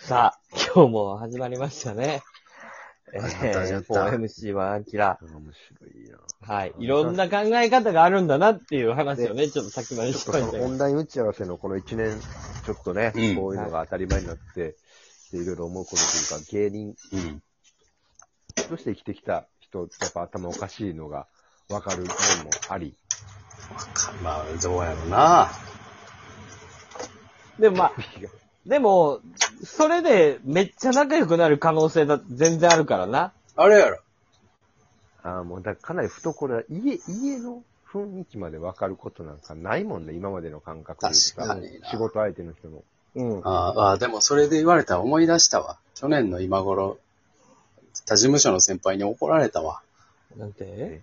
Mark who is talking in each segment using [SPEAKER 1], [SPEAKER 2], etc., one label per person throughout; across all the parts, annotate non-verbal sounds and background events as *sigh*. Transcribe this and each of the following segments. [SPEAKER 1] さあ、今日も始まりましたね。
[SPEAKER 2] 始まった始まった
[SPEAKER 1] 4MC はアキラ。
[SPEAKER 2] 面白いな。
[SPEAKER 1] はい。いろんな考え方があるんだなっていう話をね、ちょっとさっきまで
[SPEAKER 2] ちょっ
[SPEAKER 1] し
[SPEAKER 2] と
[SPEAKER 1] ま
[SPEAKER 2] そ
[SPEAKER 1] した
[SPEAKER 2] の
[SPEAKER 1] け
[SPEAKER 2] オ
[SPEAKER 1] ど。
[SPEAKER 2] ンライン打ち合わせのこの1年、ちょっとね、
[SPEAKER 3] うん
[SPEAKER 2] こういうのが当たり前になって、でいろいろ思うことというか、芸人
[SPEAKER 3] うん。
[SPEAKER 2] として生きてきた人、やっぱ頭おかしいのが分かる面もあり、 *laughs*
[SPEAKER 3] まあ、どうやろうな。
[SPEAKER 1] でもまあ、でも、それでめっちゃ仲良くなる可能性だ、全然あるからな。
[SPEAKER 3] あれやろ。
[SPEAKER 2] ああ、もうだからかなり懐は、家、家の雰囲気まで分かることなんかないもんね、今までの感覚で
[SPEAKER 3] 確かにな
[SPEAKER 2] 仕事相手の人も。
[SPEAKER 1] うん。
[SPEAKER 3] ああ、でもそれで言われたら思い出したわ。去年の今頃、他事務所の先輩に怒られたわ。
[SPEAKER 1] なんて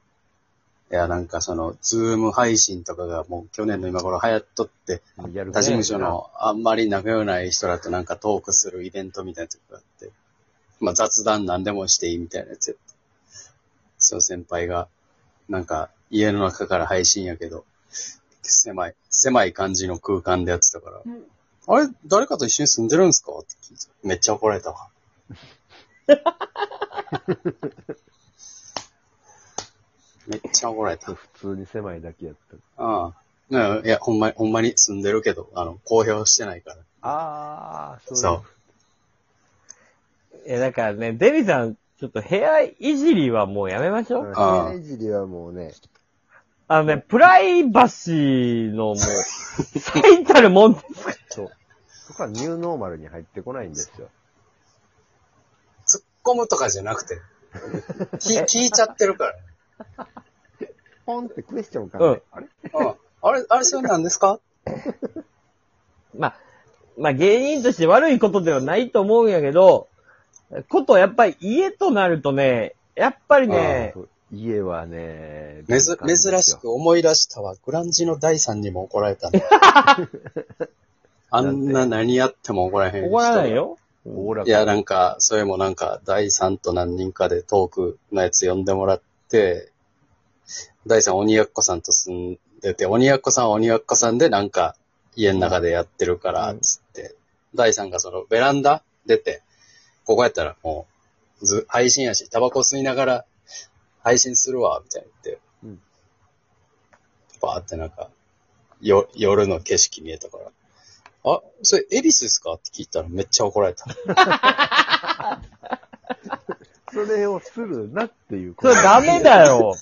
[SPEAKER 3] いや、なんかその、ズーム配信とかがもう去年の今頃流行っとって、
[SPEAKER 2] やる
[SPEAKER 3] 他事務所のあんまり仲良くない人らとなんかトークするイベントみたいなとこがあって、まあ雑談何でもしていいみたいなやつやった。その先輩が、なんか家の中から配信やけど、狭い、狭い感じの空間でやってたから、あれ、誰かと一緒に住んでるんですかって聞いて、めっちゃ怒られたわ。めっちゃ怒られた。
[SPEAKER 2] 普通に狭いだけやった。
[SPEAKER 3] ああ。ねいや、ほんまに、ほんまに住んでるけど、あの、公表してないから。
[SPEAKER 2] ああ、そういう
[SPEAKER 3] そ
[SPEAKER 1] えいや、だからね、デビさん、ちょっと部屋いじりはもうやめましょう。
[SPEAKER 3] あ
[SPEAKER 2] うん。
[SPEAKER 3] あ
[SPEAKER 2] いじりはもうね、
[SPEAKER 1] あのね、プライバシーのもう、最たるもんですから
[SPEAKER 2] そう。そこはニューノーマルに入ってこないんですよ。
[SPEAKER 3] 突っ込むとかじゃなくて、き聞いちゃってるから。
[SPEAKER 2] ポンってクエスチョンから、ねあれ
[SPEAKER 3] あああれ、あれそれなんですか
[SPEAKER 1] まあ、まあ芸人として悪いことではないと思うんやけど、ことやっぱり家となるとね、やっぱりね、
[SPEAKER 2] そう家はね、
[SPEAKER 3] めず、
[SPEAKER 2] 敏感ですよ
[SPEAKER 3] 珍し。く思い出したわ。グランジの第三にも怒られたんだ。あんな何やっても怒らへん人
[SPEAKER 1] 怒らない。よ。
[SPEAKER 2] おおら
[SPEAKER 3] いや、なんか、それもなんか、第三と何人かでトークのやつ呼んでもらって、第三鬼奴さんと住んでて、鬼奴さんは鬼奴さんでなんか、家の中でやってるから、
[SPEAKER 1] うん
[SPEAKER 3] つって、第三がそのベランダ出て、ここやったらもう、ず、配信やし、タバコ吸いながら、配信するわ、みたいな言って、
[SPEAKER 2] うん
[SPEAKER 3] バーってなんか、よ、夜の景色見えたから、あ、それ、恵比寿ですかって聞いたらめっちゃ怒られた。
[SPEAKER 2] それをするなっていう
[SPEAKER 1] それダメだ
[SPEAKER 3] *laughs*
[SPEAKER 1] よ。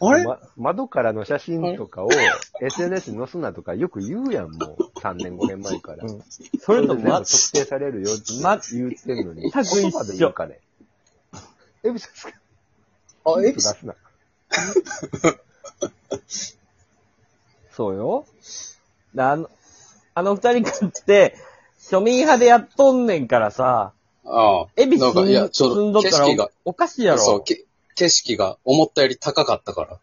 [SPEAKER 3] あれ
[SPEAKER 2] ま窓からの写真とかを SNS に載すなとかよく言うやん、もう。3年、5年前から。
[SPEAKER 1] うんそれと
[SPEAKER 2] 全部
[SPEAKER 1] ま、
[SPEAKER 2] 特定されるよって
[SPEAKER 1] ま
[SPEAKER 2] 言ってんのに。
[SPEAKER 1] 全く一緒
[SPEAKER 2] 言葉で言うかね。エビスですか
[SPEAKER 3] あ、
[SPEAKER 2] エ
[SPEAKER 3] エ
[SPEAKER 2] ビ
[SPEAKER 3] ビ
[SPEAKER 2] ス
[SPEAKER 3] ス
[SPEAKER 2] 出すな。そうよ。
[SPEAKER 1] あの、あの二人かって、庶民派でやっとんねんからさ、
[SPEAKER 3] ああ。
[SPEAKER 1] エビス
[SPEAKER 3] なんかいや、ち
[SPEAKER 1] 住
[SPEAKER 3] ょ
[SPEAKER 1] ん
[SPEAKER 3] っ
[SPEAKER 1] ど
[SPEAKER 3] と
[SPEAKER 1] っ
[SPEAKER 3] 景
[SPEAKER 1] たら
[SPEAKER 3] 色が、
[SPEAKER 1] おかしいやろ。
[SPEAKER 3] そう、け景色が思ったより高かったか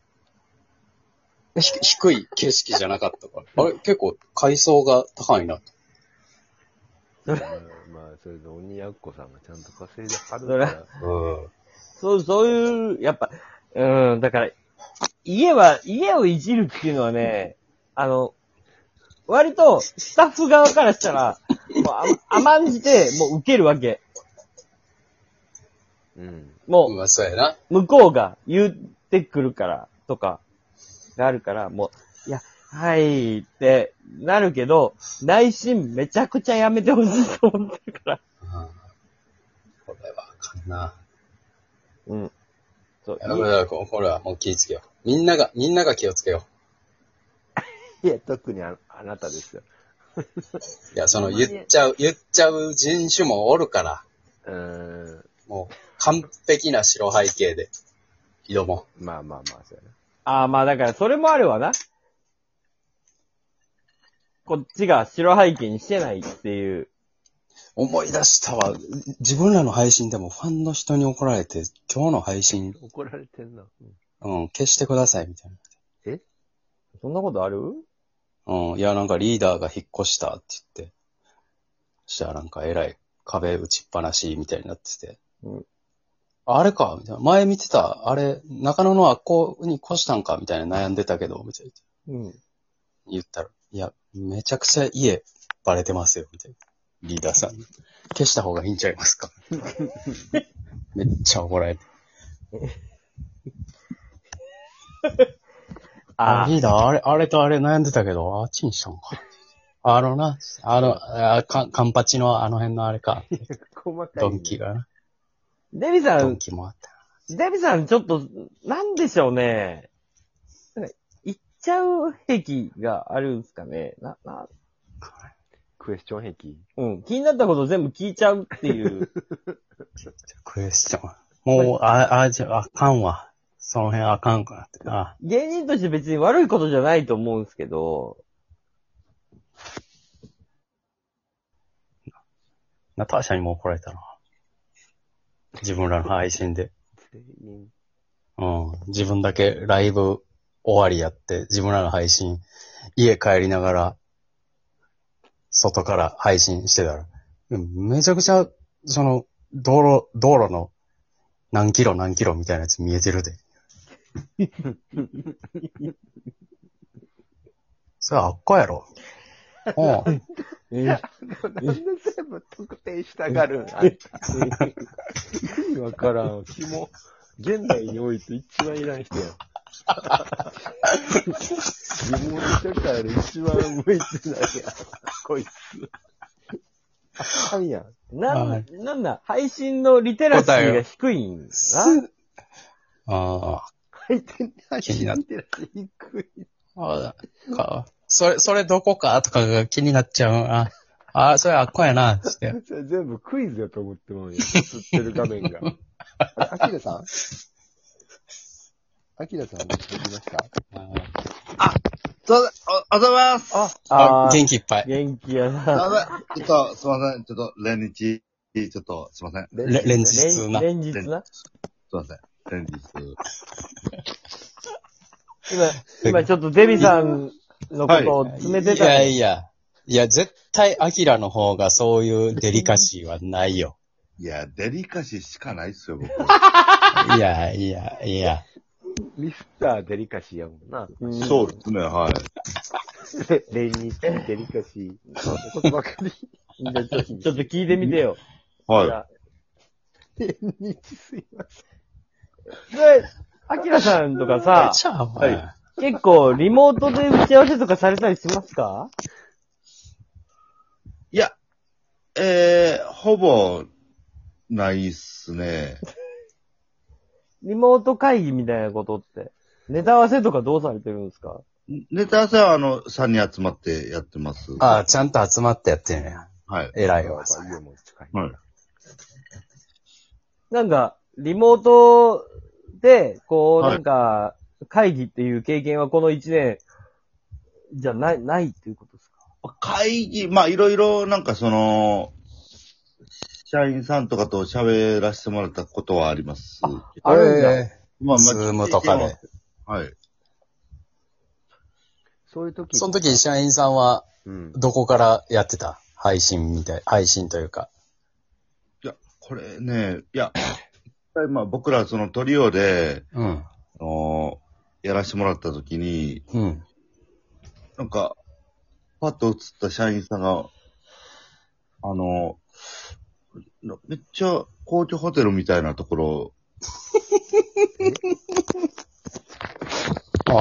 [SPEAKER 3] ら。ひ低い景色じゃなかったから。あれ、結構階層が高いな。
[SPEAKER 2] まあ、まあそれで鬼やっこさんがちゃんと稼いではるから。
[SPEAKER 3] うん。
[SPEAKER 1] そう、そういう、やっぱ、うん、だから、家は、家をいじるっていうのはね、あの、割と、スタッフ側からしたら、もうあ甘んじて、もう受けるわけ。
[SPEAKER 2] うん。
[SPEAKER 1] も
[SPEAKER 3] まあ、そうやな。
[SPEAKER 1] う、向こうが言ってくるから、とか、があるから、もう、いや、はい、って、なるけど、内心めちゃくちゃやめてほしいと思ってるから。
[SPEAKER 3] うんこれはあかんな。
[SPEAKER 1] うん。そう。
[SPEAKER 3] いやだからここれはもう気ぃつけよう。みんなが、みんなが気をつけよ
[SPEAKER 2] *laughs* いや、特にああなたですよ。
[SPEAKER 3] う。いや、その言っちゃう、言っちゃう人種もおるから、
[SPEAKER 2] うーん。
[SPEAKER 3] もう完璧な白背景で挑も
[SPEAKER 2] まあまあまあ、そうやな。
[SPEAKER 1] ああ、まあだから、それもあるわな。こっちが白背景にしてないっていう。
[SPEAKER 3] う。思い出したわ。自分らの配信でもファンの人に怒られて、今日の配信
[SPEAKER 2] 怒られてんな。うん
[SPEAKER 3] うん、消してください、みたいな。
[SPEAKER 1] そんなことある
[SPEAKER 3] うん、いや、なんかリーダーが引っ越したって言って、そしたらなんか偉い壁打ちっぱなし、みたいになってて。
[SPEAKER 1] うん
[SPEAKER 3] あれか、みたいな。前見てた、あれ、中野のあっこに越したんか、みたいな悩んでたけど、みたいな。
[SPEAKER 1] うん。
[SPEAKER 3] 言ったら、いや、めちゃくちゃ家、バレてますよ、みたいな。リーダーさん。消した方がいいんちゃいます
[SPEAKER 1] *laughs*
[SPEAKER 3] かめっちゃ怒られて。あ
[SPEAKER 1] あ
[SPEAKER 3] リーダー、あれ、あれとあれ悩んでたけど、あっちにしたんか。あのな、あの、あカンカンパチのあの辺のあれか。
[SPEAKER 2] 細かい。
[SPEAKER 3] ドンキ。がな。
[SPEAKER 1] デビさ
[SPEAKER 3] ド
[SPEAKER 1] ん
[SPEAKER 3] ン、キもあった。
[SPEAKER 1] デビさんちょっと、なんでしょうね。なんか行っちゃう癖があるんですかね。な、な、
[SPEAKER 2] クエスチョン壁。
[SPEAKER 1] うん。気になったこと全部聞いちゃうって *laughs* いう。
[SPEAKER 3] クエスチョン。もう、あ、あ、じゃあ、あかんわ。その辺あかんくなって。あ、
[SPEAKER 1] 芸人として別に悪いことじゃないと思うんですけど、
[SPEAKER 3] ナターシャにも怒られたな。自分らの配信で。
[SPEAKER 2] *laughs* 全員。
[SPEAKER 3] うん。自分だけライブ終わりやって、自分らの配信、家帰りながら、外から配信してたら、うんめちゃくちゃ、その、道路、道路の何キロ何キロみたいなやつ見えてるで。 *laughs* それあっこやろ。うん。
[SPEAKER 1] え
[SPEAKER 2] なんで全部特定したがるんあんた。意味わからん。肝。現代において一番いらん人やん。疑問社会で一番向いてないやん。こいつ。あかんやん。
[SPEAKER 1] な
[SPEAKER 3] は
[SPEAKER 1] ん
[SPEAKER 3] い、
[SPEAKER 1] なんだ、配信のリテラシーが低いんだ
[SPEAKER 3] あ
[SPEAKER 2] 回転配
[SPEAKER 3] 気に
[SPEAKER 2] 信
[SPEAKER 3] なっ
[SPEAKER 2] 見てる低い。
[SPEAKER 3] ーあー、か、それ、それどこかとかが気になっちゃうな。ああ、それあっこやな、つって。
[SPEAKER 2] それ *laughs* 全部クイズやと思っても
[SPEAKER 3] *laughs*
[SPEAKER 2] んやん。映ってる画面が。あれ、アキラさんアキラさんも聞きました
[SPEAKER 3] あー
[SPEAKER 4] そうだ、お、おはようございます。
[SPEAKER 1] な。
[SPEAKER 3] あ
[SPEAKER 1] あー
[SPEAKER 3] 元気いっぱい。
[SPEAKER 1] 元気や
[SPEAKER 4] あ
[SPEAKER 1] な。
[SPEAKER 4] ちょっと、すいません。ちょっと、連日、ちょっと、すいません。す
[SPEAKER 3] レレ
[SPEAKER 1] *laughs*
[SPEAKER 3] ンズ
[SPEAKER 1] 連
[SPEAKER 3] 日な
[SPEAKER 1] 連日な。
[SPEAKER 4] いません。連日。
[SPEAKER 1] 今、今ちょっとデビさんのことを詰めてたんで
[SPEAKER 3] いやいや。いや、絶対、アキラの方がそういうデリカシーはな
[SPEAKER 1] *laughs*
[SPEAKER 3] いよ。
[SPEAKER 4] いや、デリカシーしかないっすよ、僕。
[SPEAKER 3] いや、いや、いや。
[SPEAKER 2] ミスターデリカシーやもんな。 *laughs*
[SPEAKER 1] うん
[SPEAKER 4] そうですね、はい。
[SPEAKER 2] 連日デリカシー。ことばかり。
[SPEAKER 1] じ
[SPEAKER 3] *laughs*
[SPEAKER 1] ゃあちょちょっと聞いてみてよ。じゃ
[SPEAKER 4] は
[SPEAKER 1] あ
[SPEAKER 2] 連日すいません。
[SPEAKER 1] で、アキラさんとかさ、
[SPEAKER 3] じゃあ、お
[SPEAKER 4] は
[SPEAKER 3] 前。
[SPEAKER 1] 結構リモートで打ち合わせとかされたりしますか
[SPEAKER 4] い。いや、えー、ほぼ、ないっすね。
[SPEAKER 1] リモート会議みたいなことって。ネタ合わせとかどうされてるんですか
[SPEAKER 4] ネタ合わせは、あの、3人集まってやってます。
[SPEAKER 3] ああ、ちゃんと集まってやってんねや。
[SPEAKER 4] はい。
[SPEAKER 3] 偉いわ。
[SPEAKER 2] 家も近い。
[SPEAKER 4] はい。
[SPEAKER 1] なんか、リモートで、こう、
[SPEAKER 4] はい
[SPEAKER 1] なんか、会議っていう経験はこの1年、じゃない、ないっていうことですか
[SPEAKER 4] 会議、まあ、いろいろ、なんかその、社員さんとかと喋らせてもらったことはあります。
[SPEAKER 1] あるんだ
[SPEAKER 3] え
[SPEAKER 4] ま
[SPEAKER 3] ー、ズームとかで。。
[SPEAKER 4] はい。
[SPEAKER 2] そういう時
[SPEAKER 3] その時、社員さんは、
[SPEAKER 2] うん。
[SPEAKER 3] どこからやってた配信みたい、配信というか。
[SPEAKER 4] いや、これね、いや、まあ僕らそのトリオで、
[SPEAKER 3] うん。
[SPEAKER 4] あのやらせてもらった時に、
[SPEAKER 3] うん。
[SPEAKER 4] なんか、パッと映った社員さんが、あのめっちゃ高級ホテルみたいなところ、
[SPEAKER 3] あ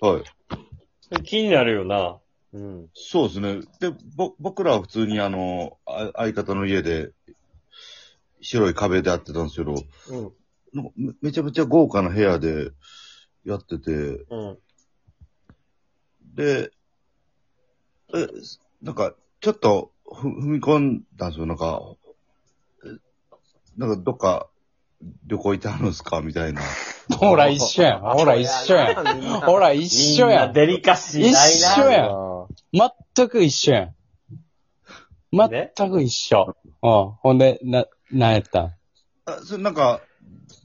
[SPEAKER 3] あ。
[SPEAKER 4] はい。
[SPEAKER 1] 気になるよな。
[SPEAKER 2] うん。
[SPEAKER 4] そうですね。で、ぼ、僕らは普通にあの、あ相方の家で、白い壁で会ってたんですけど、
[SPEAKER 1] うん、
[SPEAKER 4] なんかめめちゃめちゃ豪華な部屋でやってて、
[SPEAKER 1] うん。
[SPEAKER 4] で、え、なんか、ちょっとふ踏み込んだんですよ、なんか、えなんかどっか旅行行ってはるんですかみたいな。
[SPEAKER 3] ほら、一緒やん。ほら、一緒やん。ほら、一緒やん。
[SPEAKER 1] デリカシ
[SPEAKER 3] ーないな一緒やん
[SPEAKER 2] あ
[SPEAKER 3] 全く一緒やん。
[SPEAKER 1] ね
[SPEAKER 3] 全く一緒。うん。ほんで、な、なんやったん
[SPEAKER 4] あそれなんか、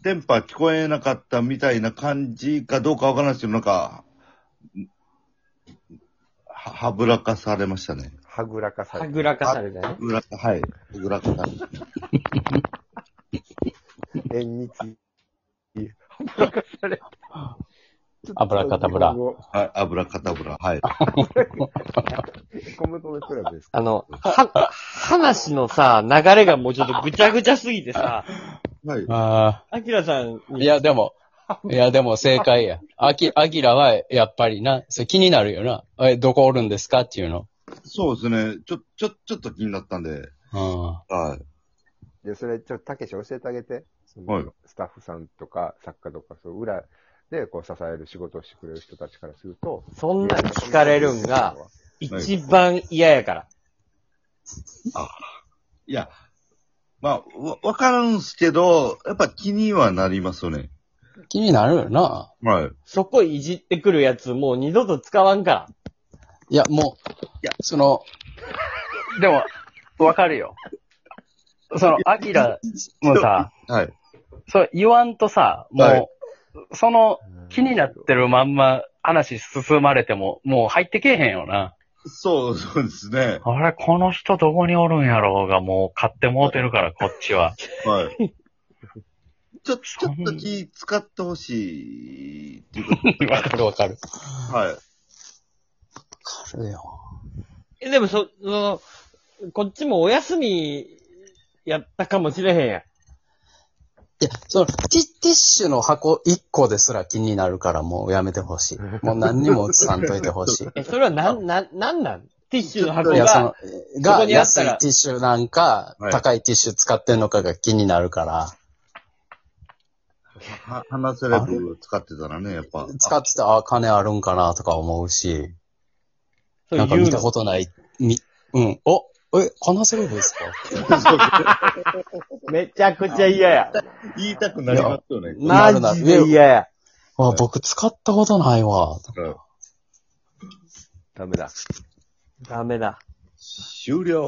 [SPEAKER 4] 電波聞こえなかったみたいな感じかどうかわからないですけど、なんか、は、はぶらかされましたね。
[SPEAKER 2] はぐらかさ
[SPEAKER 1] は
[SPEAKER 2] れ
[SPEAKER 1] ぐ
[SPEAKER 2] た。
[SPEAKER 1] らかされたね。
[SPEAKER 4] うら、はい。うらかされ
[SPEAKER 2] 連日。はぐらかされ
[SPEAKER 3] *laughs* 油かたぶら
[SPEAKER 2] 今後
[SPEAKER 4] はい、油かたぶら、はい。
[SPEAKER 2] コムトのクラブですか
[SPEAKER 1] あの、は、話のさ、流れがもうちょっとぐちゃぐちゃすぎてさ、
[SPEAKER 4] はい。
[SPEAKER 3] あ
[SPEAKER 1] *laughs* アキラさん
[SPEAKER 3] あ。
[SPEAKER 1] に
[SPEAKER 3] いや、でも、いや、でも正解や。あき、あきらは、やっぱりな、それ気になるよな。え、どこおるんですかっていうの。
[SPEAKER 4] そうですね。ちょ、ちょ、ちょっと気になったんで。
[SPEAKER 3] うん。
[SPEAKER 4] はい。
[SPEAKER 2] で、それ、ちょっと、たけし教えてあげて。そ
[SPEAKER 4] はい
[SPEAKER 2] のスタッフさんとか、作家とか、そう、裏で、こう、支える仕事をしてくれる人たちからすると、
[SPEAKER 1] そんなん聞かれるんが、一番嫌やから。
[SPEAKER 4] いや、まあ、わ、わからんすけど、やっぱ気にはなりますよね。
[SPEAKER 3] 気になるよな。
[SPEAKER 4] はい。
[SPEAKER 1] そこいじってくるやつ、もう二度と使わんから。
[SPEAKER 3] いや、もう、いや、その、でも、わかるよ。その、アキラも *laughs* さ、
[SPEAKER 4] はい。
[SPEAKER 3] そう言わんとさ、もう、
[SPEAKER 4] はい
[SPEAKER 3] その、気になってるまんま話進まれても、もう入ってけえへんよな。
[SPEAKER 4] そう、そうですね。
[SPEAKER 3] あれ、この人どこにおるんやろうが、もう買ってもうてるから、こっ
[SPEAKER 1] *laughs*
[SPEAKER 3] ちは。
[SPEAKER 4] はい。ちょ、ち
[SPEAKER 3] そ
[SPEAKER 4] ょ
[SPEAKER 3] ん
[SPEAKER 4] っと気使ってほしいっていうこ *laughs*
[SPEAKER 3] わかるわかる。
[SPEAKER 4] と。はい。
[SPEAKER 3] それよ。
[SPEAKER 1] えでもそ、その、こっちもお休み、やったかもしれへんやん。
[SPEAKER 3] いや、その、ティティッシュの箱1個ですら気になるから、もうやめてほ
[SPEAKER 1] *laughs*
[SPEAKER 3] しい。もう何にもさんといてほしい。
[SPEAKER 1] え、それはなん、なん、なんなんティッシュの箱
[SPEAKER 3] いや、そ
[SPEAKER 1] が
[SPEAKER 3] の、、が、
[SPEAKER 1] そこにあっ
[SPEAKER 3] 安
[SPEAKER 1] た
[SPEAKER 3] い
[SPEAKER 1] ら
[SPEAKER 3] ティッシュなんか、
[SPEAKER 4] はい
[SPEAKER 3] 高いティッシュ使ってんのかが気になるから、
[SPEAKER 4] は、話せれる使ってたらね、やっぱ。
[SPEAKER 3] 使ってたら、あ、金あるんかなとか思うし、
[SPEAKER 1] そう
[SPEAKER 3] なんか
[SPEAKER 1] 言う
[SPEAKER 3] 見た
[SPEAKER 1] の。
[SPEAKER 3] ことない、み、うん、お、え、金セレブですか
[SPEAKER 1] めちゃくちゃ嫌や。
[SPEAKER 4] 言いたくなりますよね。
[SPEAKER 1] マジで嫌や。
[SPEAKER 3] あ、僕使ったことないわ。
[SPEAKER 2] ダメだ。
[SPEAKER 1] ダメだ。
[SPEAKER 4] 終了。